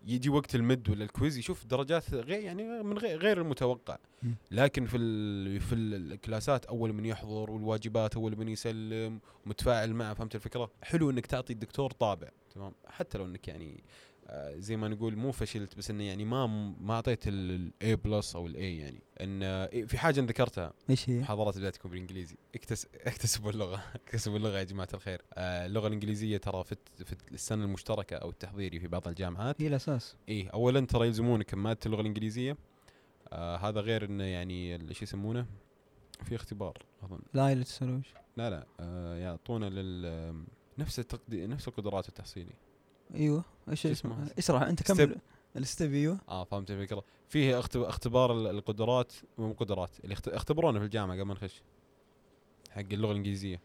Speaker 1: يجي وقت المد ولا الكويز يشوف درجات غير يعني من غير, غير المتوقع
Speaker 2: م.
Speaker 1: لكن في ال في ال- الكلاسات أول من يحضر والواجبات أول من يسلم ومتفاعل معه فهمت الفكرة؟ حلو إنك تعطي الدكتور طابع تمام حتى لو إنك يعني آه، زي ما نقول مو فشلت بس انه يعني ما ما اعطيت الاي بلس او الاي يعني ان آه، في حاجه ذكرتها
Speaker 2: ايش هي؟
Speaker 1: محاضرات بدايتكم بالانجليزي اكتس... اكتسبوا اللغه اكتسبوا اللغه يا جماعه الخير آه اللغه الانجليزيه ترى في, الت- في السنه المشتركه او التحضيري في بعض الجامعات
Speaker 2: هي الاساس
Speaker 1: اي اولا ترى يلزمونك ماده اللغه الانجليزيه آه هذا غير انه يعني ال- شو يسمونه في اختبار اظن
Speaker 2: لا هي تسويش
Speaker 1: لا لا آه يعطونا لل نفس التقدي... نفس القدرات التحصيلي
Speaker 2: ايوه ايش
Speaker 1: شو
Speaker 2: اسمها؟
Speaker 1: اسمه؟
Speaker 2: اشرح انت كمل الستيب ايوه
Speaker 1: اه فهمت الفكره فيه اخت- اختبار ال- القدرات مو قدرات اللي اخت- اختبرونا في الجامعه قبل ما نخش حق اللغه الانجليزيه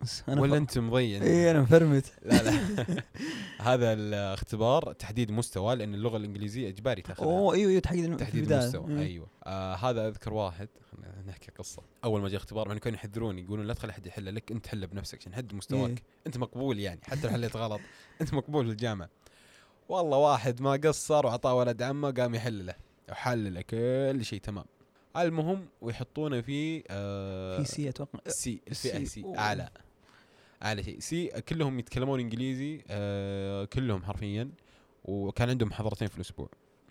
Speaker 2: بس انا
Speaker 1: ولا انت مضيع
Speaker 2: اي انا مفرمت
Speaker 1: لا لا هذا الاختبار تحديد مستوى لان اللغه الانجليزيه اجباري تاخذها
Speaker 2: اوه ايوه ايوه تحديد الم- في
Speaker 1: تحديد
Speaker 2: البداية.
Speaker 1: مستوى
Speaker 2: إيه.
Speaker 1: ايوه آه هذا اذكر واحد خلنا نحكي قصه اول ما جاء اختبار يعني كانوا يحذروني يقولون لا تخلي احد يحله لك انت حله بنفسك عشان حد مستواك
Speaker 2: إيه.
Speaker 1: انت مقبول يعني حتى لو حليت غلط انت مقبول في الجامعه والله واحد ما قصر واعطاه ولد عمه قام يحل له وحل له كل شيء تمام المهم ويحطونه في آه
Speaker 2: في سي اتوقع
Speaker 1: سي الفئه
Speaker 2: سي.
Speaker 1: سي
Speaker 2: أوه.
Speaker 1: اعلى اعلى شيء سي كلهم يتكلمون انجليزي آه كلهم حرفيا وكان عندهم محاضرتين في الاسبوع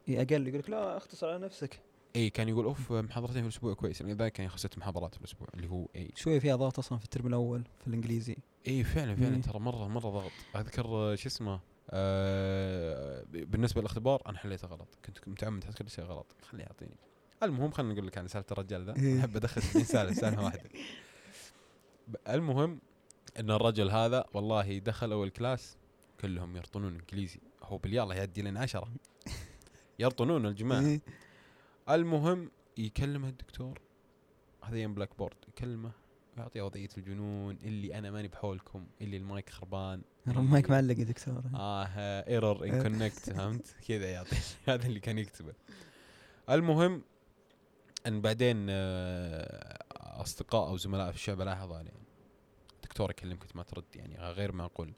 Speaker 2: إيه، اقل يقول لك لا اختصر على نفسك
Speaker 1: اي كان يقول اوف محاضرتين في الاسبوع كويس يعني ذاك كان ياخذ ست محاضرات في الاسبوع اللي هو اي
Speaker 2: شويه فيها ضغط اصلا في الترم الاول في الانجليزي
Speaker 1: اي فعلا فعلا
Speaker 2: مم.
Speaker 1: إيه، ترى مره مره ضغط اذكر آه، شو اسمه آه ب- بالنسبه للاختبار انا حليته غلط كنت متعمد احط كل شيء غلط خليه يعطيني المهم خلينا نقول لك عن سالفه الرجال ذا
Speaker 2: إيه.
Speaker 1: احب ادخل 70 سالفه سالفه واحده ب- المهم ان الرجل هذا والله دخل اول كلاس كلهم يرطنون انجليزي هو باليلا يعدي لنا عشرة يرطنون الجماعه
Speaker 2: إيه.
Speaker 1: المهم يكلمه الدكتور هذا يم بلاك بورد يكلمه يعطيه وضعية الجنون اللي انا ماني بحولكم اللي المايك خربان
Speaker 2: رمايك معلق يا دكتور
Speaker 1: اه ايرور ان
Speaker 2: إيه.
Speaker 1: كونكت فهمت كذا يعطي هذا اللي كان يكتبه المهم ان بعدين آه، اصدقاء او زملاء في الشعب لاحظوا عليه دكتور يكلمك أنت ما ترد يعني غير معقول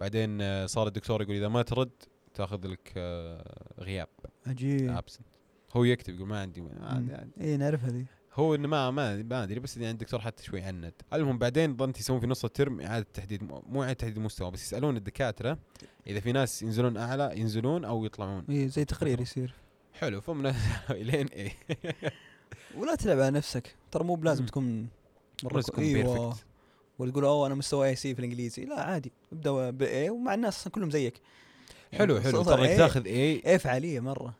Speaker 1: بعدين آه، صار الدكتور يقول اذا ما ترد تاخذ لك آه، غياب
Speaker 2: عجيب إيه،
Speaker 1: ابسنت هو يكتب يقول ما عندي ما عندي
Speaker 2: اي نعرفها ذي
Speaker 1: هو انه ما ما ما ادري بس يعني الدكتور حتى شوي عند المهم بعدين ظنت يسوون في نص الترم اعاده تحديد مو اعاده تحديد مستوى بس يسالون الدكاتره اذا في ناس ينزلون اعلى ينزلون او يطلعون
Speaker 2: اي إيه، زي
Speaker 1: أه.
Speaker 2: تقرير يصير
Speaker 1: حلو فمن الين اي
Speaker 2: ولا تلعب على نفسك ترى مو بلازم
Speaker 1: مم.
Speaker 2: تكون
Speaker 1: مرة
Speaker 2: كو-
Speaker 1: تكون
Speaker 2: ايوه
Speaker 1: بيرفكت
Speaker 2: ولا تقول اوه انا مستوى اي سي إيه في الانجليزي لا عادي ابدا باي إيه، ومع الناس أصلاً كلهم زيك إيه،
Speaker 1: حلو حلو
Speaker 2: صدر
Speaker 1: ترى
Speaker 2: A-
Speaker 1: إنك تاخذ اي
Speaker 2: اي فعاليه مره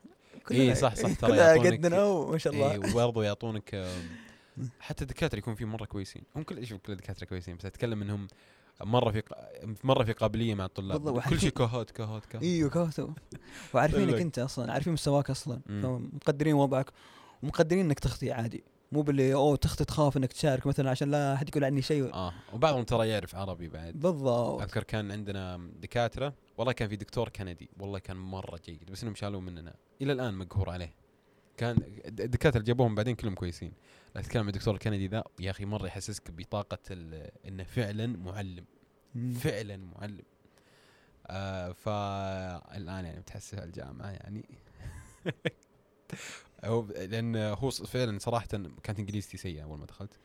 Speaker 1: إيه، صح، صح، ترى
Speaker 2: كلها
Speaker 1: يعطونك- إيه،
Speaker 2: قدنا وما شاء الله
Speaker 1: اي وبرضه يعطونك آم، حتى الدكاتره يكون في مره كويسين هم كل شوف كل الدكاتره كويسين بس اتكلم انهم مره في ق- مره في قابليه مع الطلاب
Speaker 2: بالضبط،
Speaker 1: كل شيء
Speaker 2: وحرفياً-
Speaker 1: كهات كهات كهات
Speaker 2: ايوه كوتو
Speaker 1: طيب لك.
Speaker 2: وعارفينك انت اصلا عارفين مستواك اصلا
Speaker 1: مم.
Speaker 2: فمقدرين وضعك ومقدرين انك تخطي عادي مو باللي اوه تخطي تخاف انك تشارك مثلا عشان لا احد يقول عني شيء
Speaker 1: اه وبعضهم ترى يعرف عربي بعد
Speaker 2: بالضبط
Speaker 1: اذكر كان عندنا دكاتره والله كان في دكتور كندي والله كان مره جيد بس انهم شالوه مننا الى الان مقهور عليه كان الد- الدكاتره اللي جابوهم بعدين كلهم كويسين لكن اتكلم عن الدكتور الكندي ذا يا اخي مره يحسسك بطاقه ال- انه فعلا معلم
Speaker 2: مم.
Speaker 1: فعلا معلم آه فالان يعني بتحسس على الجامعه يعني هو ب- لان هو ص- فعلا صراحه كانت انجليزتي سيئه اول ما دخلت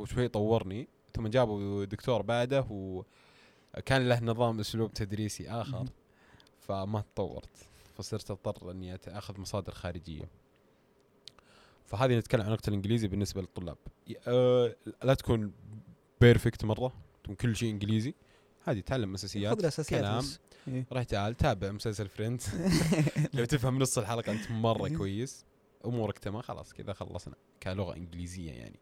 Speaker 1: هو شوي طورني ثم جابوا دكتور بعده وكان له نظام اسلوب تدريسي اخر
Speaker 2: مهم.
Speaker 1: فما تطورت فصرت اضطر اني أت- اخذ مصادر خارجيه فهذه نتكلم عن نقطه الانجليزي بالنسبه للطلاب ي- آه، لا تكون بيرفكت مره تكون كل شيء انجليزي هذه تعلم
Speaker 2: خذ
Speaker 1: اساسيات
Speaker 2: الاساسيات
Speaker 1: كلام.
Speaker 2: بس. إيه.
Speaker 1: راح تعال تابع مسلسل فريندز لو تفهم نص الحلقه انت مره كويس امورك تمام خلاص كذا خلصنا كلغه انجليزيه يعني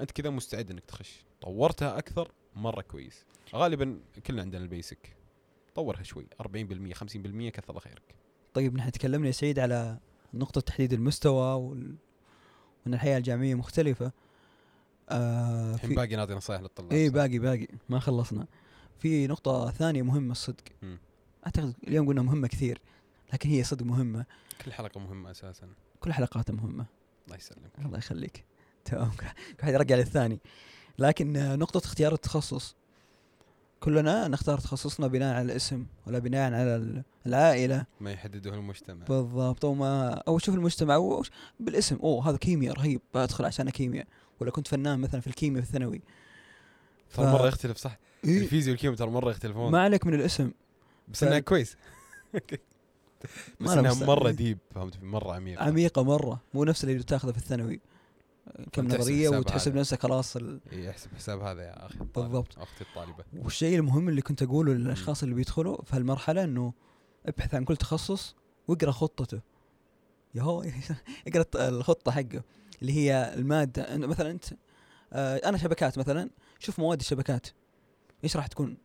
Speaker 1: انت كذا مستعد انك تخش طورتها اكثر مره كويس غالبا كلنا عندنا البيسك طورها شوي 40% 50% كثر الله خيرك
Speaker 2: طيب نحن تكلمنا يا سعيد على نقطة تحديد المستوى وال... وان الحياه الجامعيه مختلفه آه
Speaker 1: الحين باقي نعطي نصائح للطلاب
Speaker 2: اي
Speaker 1: صح؟
Speaker 2: إيه، باقي باقي ما خلصنا في نقطة ثانية مهمة الصدق
Speaker 1: مم.
Speaker 2: اعتقد اليوم قلنا مهمة كثير لكن هي صدق مهمة
Speaker 1: كل حلقه مهمه اساسا
Speaker 2: كل حلقاتها مهمة
Speaker 1: الله يسلمك
Speaker 2: الله يخليك تمام كل واحد يرجع للثاني لكن آه، نقطة اختيار التخصص كلنا نختار تخصصنا بناء على الاسم ولا بناء على ال- العائلة
Speaker 1: ما يحدده المجتمع
Speaker 2: بالضبط او ما او شوف المجتمع أو ش- بالاسم اوه هذا كيمياء رهيب بدخل عشان كيمياء ولا كنت فنان مثلا في الكيمياء في الثانوي
Speaker 1: ترى
Speaker 2: ف- إيه.
Speaker 1: مره يختلف صح الفيزياء والكيمياء ترى مره يختلفون
Speaker 2: ما عليك من الاسم
Speaker 1: بس انها
Speaker 2: فال-
Speaker 1: كويس بس
Speaker 2: ما إيه. أنا
Speaker 1: انها
Speaker 2: مست-
Speaker 1: مره ديب فهمت مره عميقه
Speaker 2: عميقة مرة مو نفس اللي بتاخذه في الثانوي كم
Speaker 1: بتحسب
Speaker 2: نظرية
Speaker 1: حساب
Speaker 2: وتحسب
Speaker 1: هذا.
Speaker 2: نفسك خلاص ال-
Speaker 1: إي، احسب حساب هذا يا اخي الطالب
Speaker 2: بالضبط.
Speaker 1: اختي الطالبه
Speaker 2: والشيء المهم اللي كنت اقوله للاشخاص اللي بيدخلوا في هالمرحلة انه ابحث عن كل تخصص واقرا خطته يهو اقرا الت- الخطة حقه اللي هي المادة إنه مثلا انت آه، انا شبكات مثلا شوف مواد الشبكات ايش راح تكون؟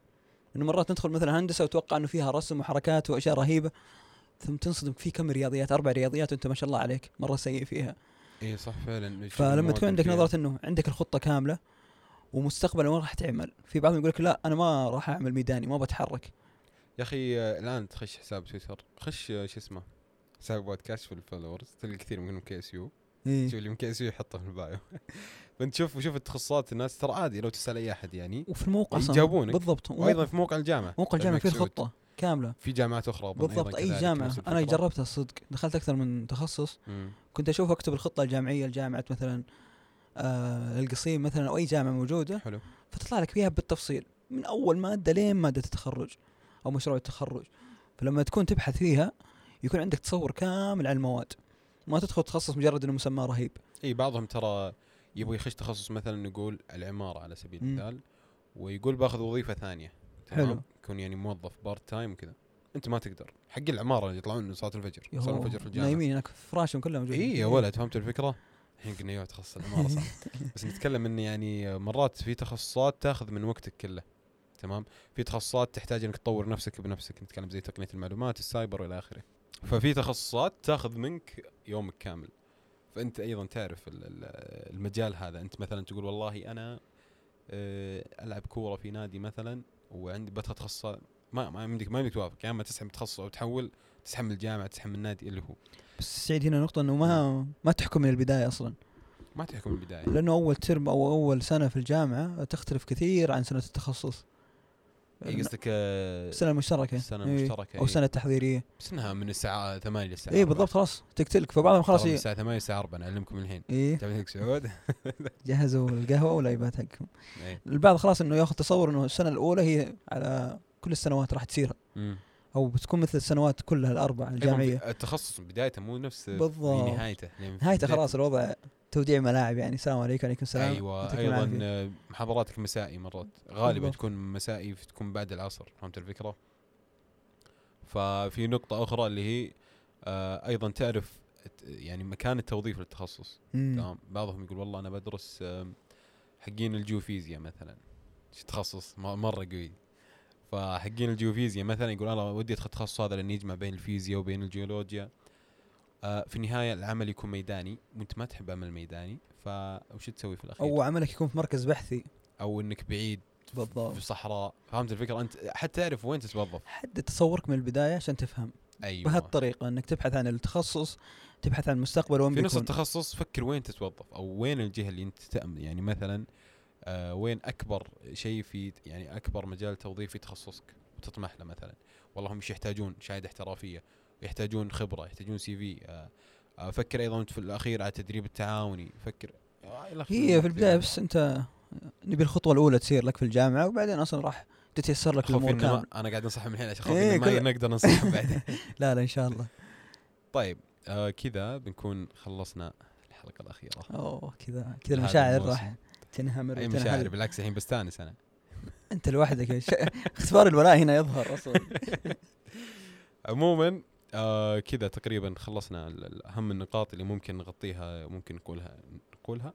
Speaker 2: انه مرات ندخل مثلا هندسة وتوقع انه فيها رسم وحركات واشياء رهيبة ثم تنصدم في كم رياضيات اربع رياضيات وانت ما شاء الله عليك مرة سيء فيها
Speaker 1: اي صح فعلا
Speaker 2: فلما تكون عندك نظره انه عندك الخطه كامله ومستقبلا وين راح تعمل؟ في بعضهم يقول لك لا انا ما راح اعمل ميداني ما بتحرك
Speaker 1: يا اخي آه، الان تخش حساب تويتر خش آه، شو اسمه حساب بودكاست في الفولورز تلقى كثير منهم كي اس يو شوف
Speaker 2: إيه.
Speaker 1: اللي من كي اس يو يحطه في البايو فانت شوف وشوف التخصصات الناس ترى عادي لو تسال اي احد يعني
Speaker 2: وفي الموقع أصلاً.
Speaker 1: يجاوبونك.
Speaker 2: بالضبط
Speaker 1: وايضا في موقع الجامعه
Speaker 2: موقع الجامعه فيه
Speaker 1: الملك سعود.
Speaker 2: الخطه كامله
Speaker 1: في جامعات اخرى أظن أيضاً
Speaker 2: بالضبط اي
Speaker 1: كذلك
Speaker 2: جامعه
Speaker 1: نفس الفكرة.
Speaker 2: انا جربتها الصدق دخلت اكثر من تخصص
Speaker 1: مم.
Speaker 2: كنت اشوف اكتب الخطه الجامعيه لجامعه مثلا آه القصيم مثلا او اي جامعه موجوده
Speaker 1: حلو
Speaker 2: فتطلع لك فيها بالتفصيل من اول ماده لين ماده التخرج او مشروع التخرج فلما تكون تبحث فيها يكون عندك تصور كامل عن المواد ما تدخل تخصص مجرد انه مسمى رهيب
Speaker 1: اي بعضهم ترى يبغى يخش تخصص مثلا نقول العماره على سبيل
Speaker 2: مم.
Speaker 1: المثال ويقول باخذ وظيفه ثانيه
Speaker 2: حلو.
Speaker 1: يكون يعني موظف بارت تايم وكذا انت ما تقدر حق العماره يطلعون صلاه الفجر صلاه
Speaker 2: يهو،
Speaker 1: الفجر في الجامعه
Speaker 2: نايمين هناك فراشهم كلهم موجودين
Speaker 1: اي إيه، يا ولد فهمت الفكره الحين قلنا ايوه تخصص العماره صح بس نتكلم ان يعني مرات في تخصصات تاخذ من وقتك كله تمام في تخصصات تحتاج انك تطور نفسك بنفسك نتكلم زي تقنيه المعلومات السايبر والى اخره ففي تخصصات تاخذ منك يومك كامل فانت ايضا تعرف ال- ال- المجال هذا انت مثلا تقول والله انا آه، العب كوره في نادي مثلا وعندي بتخصص ما ما يمديك ما يمديك توافق يا اما تسحب تخصص او تحول تسحب من الجامعه تسحب من النادي اللي هو
Speaker 2: بس سعيد هنا نقطه انه ما ما تحكم من البدايه اصلا
Speaker 1: ما تحكم البدايه
Speaker 2: لانه اول ترم او اول سنه في الجامعه تختلف كثير عن سنه التخصص
Speaker 1: اي قصدك آه،
Speaker 2: السنه المشتركه
Speaker 1: السنه
Speaker 2: إيه.
Speaker 1: المشتركه
Speaker 2: او
Speaker 1: إيه.
Speaker 2: سنه تحضيريه
Speaker 1: بس انها من الساعه 8 للساعه
Speaker 2: اي إيه، بالضبط خلاص تقتلك فبعضهم خلاص
Speaker 1: خلاص من
Speaker 2: إيه. ي-
Speaker 1: الساعه 8 للساعه 4 نعلمكم الحين
Speaker 2: ايه
Speaker 1: تعرف هيك سعود
Speaker 2: جهزوا القهوه والايباد حقهم
Speaker 1: إيه.
Speaker 2: البعض خلاص انه ياخذ تصور انه السنه الاولى هي على كل السنوات راح تصير
Speaker 1: أمم.
Speaker 2: او بتكون مثل السنوات كلها الاربع الجامعيه
Speaker 1: أيضاً التخصص من بدايته مو نفس في
Speaker 2: بالضبط.
Speaker 1: نهايته يعني في
Speaker 2: نهايته
Speaker 1: بدايته-
Speaker 2: خلاص الوضع توديع ملاعب يعني السلام عليكم وعليكم السلام
Speaker 1: ايوه
Speaker 2: يعطيكم
Speaker 1: ايضا
Speaker 2: العافية.
Speaker 1: آه، محاضراتك مسائي مرات غالبا
Speaker 2: بالضبط.
Speaker 1: تكون مسائي تكون بعد العصر فهمت الفكره؟ ففي نقطه اخرى اللي هي آه، ايضا تعرف الت- يعني مكان التوظيف للتخصص
Speaker 2: مم.
Speaker 1: تمام بعضهم يقول والله انا بدرس آم، حقين الجيوفيزياء مثلا شو تخصص م- مره قوي فحقين الجيوفيزياء مثلا يقول انا ودي ادخل التخصص هذا لانه يجمع بين الفيزياء وبين الجيولوجيا آه، في النهايه العمل يكون ميداني وانت ما تحب العمل الميداني فوش تسوي في الاخير
Speaker 2: او عملك يكون في مركز بحثي
Speaker 1: او انك بعيد
Speaker 2: بالضبط
Speaker 1: في صحراء فهمت الفكره انت حتى تعرف وين تتوظف
Speaker 2: حدد تصورك من البدايه عشان تفهم
Speaker 1: ايوه
Speaker 2: بهالطريقه انك تبحث عن التخصص تبحث عن المستقبل وين
Speaker 1: في نص
Speaker 2: بيكون
Speaker 1: التخصص فكر وين تتوظف او وين الجهه اللي انت تامن يعني مثلا آه وين اكبر شيء في يعني اكبر مجال توظيف في تخصصك وتطمح له مثلا والله هم ايش يحتاجون شهاده احترافيه يحتاجون خبره يحتاجون سي في آه آه فكر ايضا في الاخير على التدريب التعاوني فكر آه إلى آخره.
Speaker 2: هي في البدايه بس انت نبي الخطوه الاولى تصير لك في الجامعه وبعدين اصلا راح تتيسر لك
Speaker 1: خوفي
Speaker 2: الامور
Speaker 1: إنه ما-
Speaker 2: كامله
Speaker 1: انا قاعد انصحهم الحين عشان خوفي
Speaker 2: إيه،
Speaker 1: إنه ما
Speaker 2: كل-
Speaker 1: نقدر ننصحهم بعدين
Speaker 2: لا لا ان شاء الله
Speaker 1: طيب آه كذا بنكون خلصنا الحلقه الاخيره
Speaker 2: اوه كذا كذا
Speaker 1: هذا
Speaker 2: المشاعر
Speaker 1: الموسم.
Speaker 2: راح تنهمر
Speaker 1: اي
Speaker 2: وتنهل.
Speaker 1: مشاعر بالعكس الحين بستانس انا
Speaker 2: انت لوحدك يا ش- اختبار الولاء هنا يظهر اصلا
Speaker 1: عموما آه كذا تقريبا خلصنا ال- ال- اهم النقاط اللي ممكن نغطيها ممكن نقولها نقولها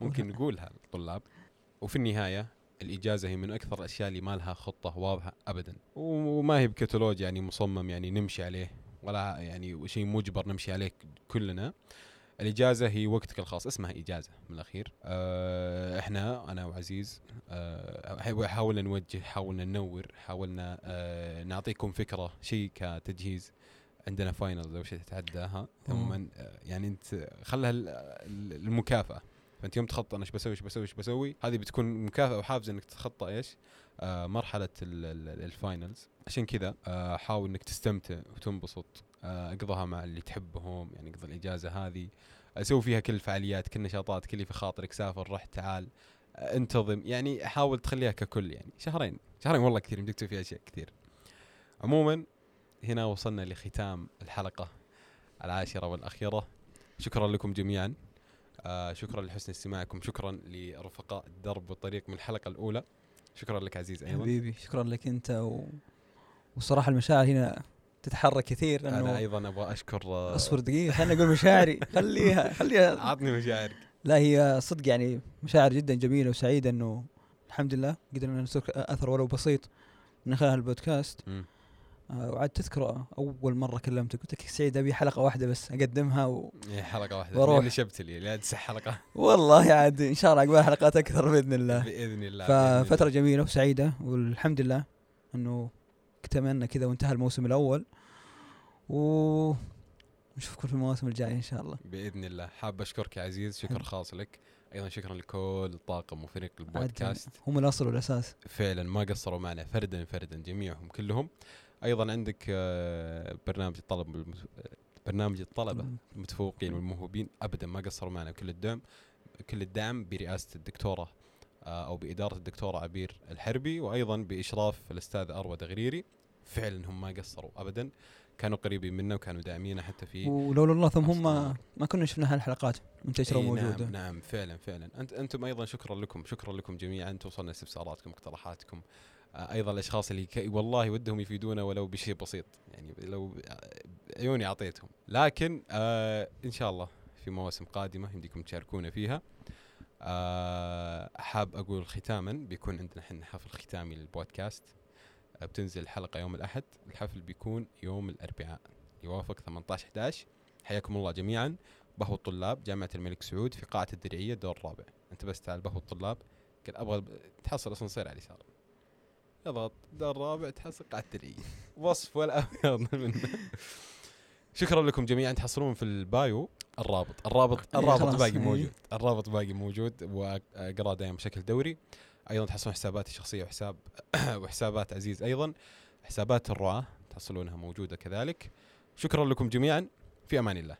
Speaker 1: ممكن
Speaker 2: قولها.
Speaker 1: نقولها للطلاب وفي النهايه الاجازه هي من اكثر الاشياء اللي ما لها خطه واضحه ابدا وما هي بكتالوج يعني مصمم يعني نمشي عليه ولا يعني شيء مجبر نمشي عليه كلنا الاجازه هي وقتك الخاص اسمها اجازه من الاخير أه احنا انا وعزيز أه حاولنا نوجه حاولنا ننور حاولنا أه نعطيكم فكره شيء كتجهيز عندنا فاينلز او شيء تتعداها عموما آه، يعني انت خلها ال- ال- المكافاه فانت يوم تخطط انا ايش بسوي ايش بسوي ايش بسوي هذه بتكون مكافاه وحافز انك تتخطى ايش؟ آه مرحله ال- ال- الفاينلز عشان كذا آه حاول انك تستمتع وتنبسط آه اقضها مع اللي تحبهم يعني اقضي الاجازه هذه اسوي فيها كل الفعاليات كل النشاطات كل اللي في خاطرك سافر رحت تعال آه انتظم يعني حاول تخليها ككل يعني شهرين شهرين والله كثير يمديك تسوي فيها اشياء كثير عموما هنا وصلنا لختام الحلقة العاشرة والأخيرة شكرا لكم جميعا آه شكرا لحسن استماعكم شكرا لرفقاء الدرب والطريق من الحلقة الأولى شكرا لك عزيز أيضا
Speaker 2: حبيبي شكرا لك انت و... وصراحه المشاعر هنا تتحرك كثير
Speaker 1: أنا أيوة.
Speaker 2: لانه
Speaker 1: أيضا أبغى أشكر آه،
Speaker 2: اصبر دقيقه خليني اقول مشاعري خليها خليها
Speaker 1: عطني مشاعرك
Speaker 2: لا هي صدق يعني مشاعر جدا جميله وسعيده انه الحمد لله قدرنا نترك اثر ولو بسيط من خلال البودكاست
Speaker 1: مم.
Speaker 2: آه، وعاد تذكر اول مره كلمتك قلت لك سعيد ابي حلقه واحده بس اقدمها و...
Speaker 1: إيه، حلقة واحدة
Speaker 2: بروح.
Speaker 1: لأن اللي شبت لي لا تسع حلقة
Speaker 2: والله عاد ان شاء الله عقبال حلقات اكثر باذن الله
Speaker 1: بإذن الله بإذن الله.
Speaker 2: ففترة جميلة وسعيدة والحمد لله انه اكتملنا كذا وانتهى الموسم الاول و نشوفكم في المواسم الجاية ان شاء الله
Speaker 1: بإذن الله حاب أشكرك يا عزيز شكر
Speaker 2: حبيبي.
Speaker 1: خاص لك أيضا شكرا لكل الطاقم وفريق
Speaker 2: عاد
Speaker 1: البودكاست
Speaker 2: هم الاصل والاساس
Speaker 1: فعلا ما قصروا معنا فردا فردا جميعهم كلهم ايضا عندك آه، برنامج الطلب المت- برنامج الطلبه المتفوقين والموهوبين ابدا ما قصروا معنا كل الدعم كل الدعم برئاسه الدكتوره آه، او باداره الدكتوره عبير الحربي وايضا باشراف الاستاذ اروى دغريري فعلا هم ما قصروا ابدا كانوا قريبين منا وكانوا داعمينا حتى في
Speaker 2: ولولا الله ثم هم
Speaker 1: أصلاً.
Speaker 2: ما كنا شفنا هالحلقات منتشرة
Speaker 1: إي
Speaker 2: وموجودة
Speaker 1: نعم نعم فعلا فعلا أنت انتم ايضا شكرا لكم شكرا لكم جميعا توصلنا استفساراتكم اقتراحاتكم آه، ايضا الاشخاص اللي ك... والله ودهم يفيدونا ولو بشيء بسيط يعني لو آه، عيوني اعطيتهم لكن آه ان شاء الله في مواسم قادمه يمديكم تشاركونا فيها آه حاب اقول ختاما بيكون عندنا احنا حفل ختامي للبودكاست آه، بتنزل الحلقه يوم الاحد الحفل بيكون يوم الاربعاء يوافق 18 11 حياكم الله جميعا بهو الطلاب جامعة الملك سعود في قاعة الدرعية الدور الرابع انت بس تعال بهو الطلاب قل ابغى تحصل اسانسير على اليسار اضغط الدور الرابع تحصل قاعة الدرعية وصف ولا ابيض منه شكرا لكم جميعا تحصلون في البايو الرابط الرابط
Speaker 2: إيه،
Speaker 1: الرابط
Speaker 2: خلاص،
Speaker 1: باقي
Speaker 2: إيه.
Speaker 1: موجود الرابط باقي موجود واقراه دائما بشكل دوري ايضا تحصلون حساباتي الشخصيه وحساب وحسابات عزيز ايضا حسابات الرعاه تحصلونها موجوده كذلك شكرا لكم جميعا في امان الله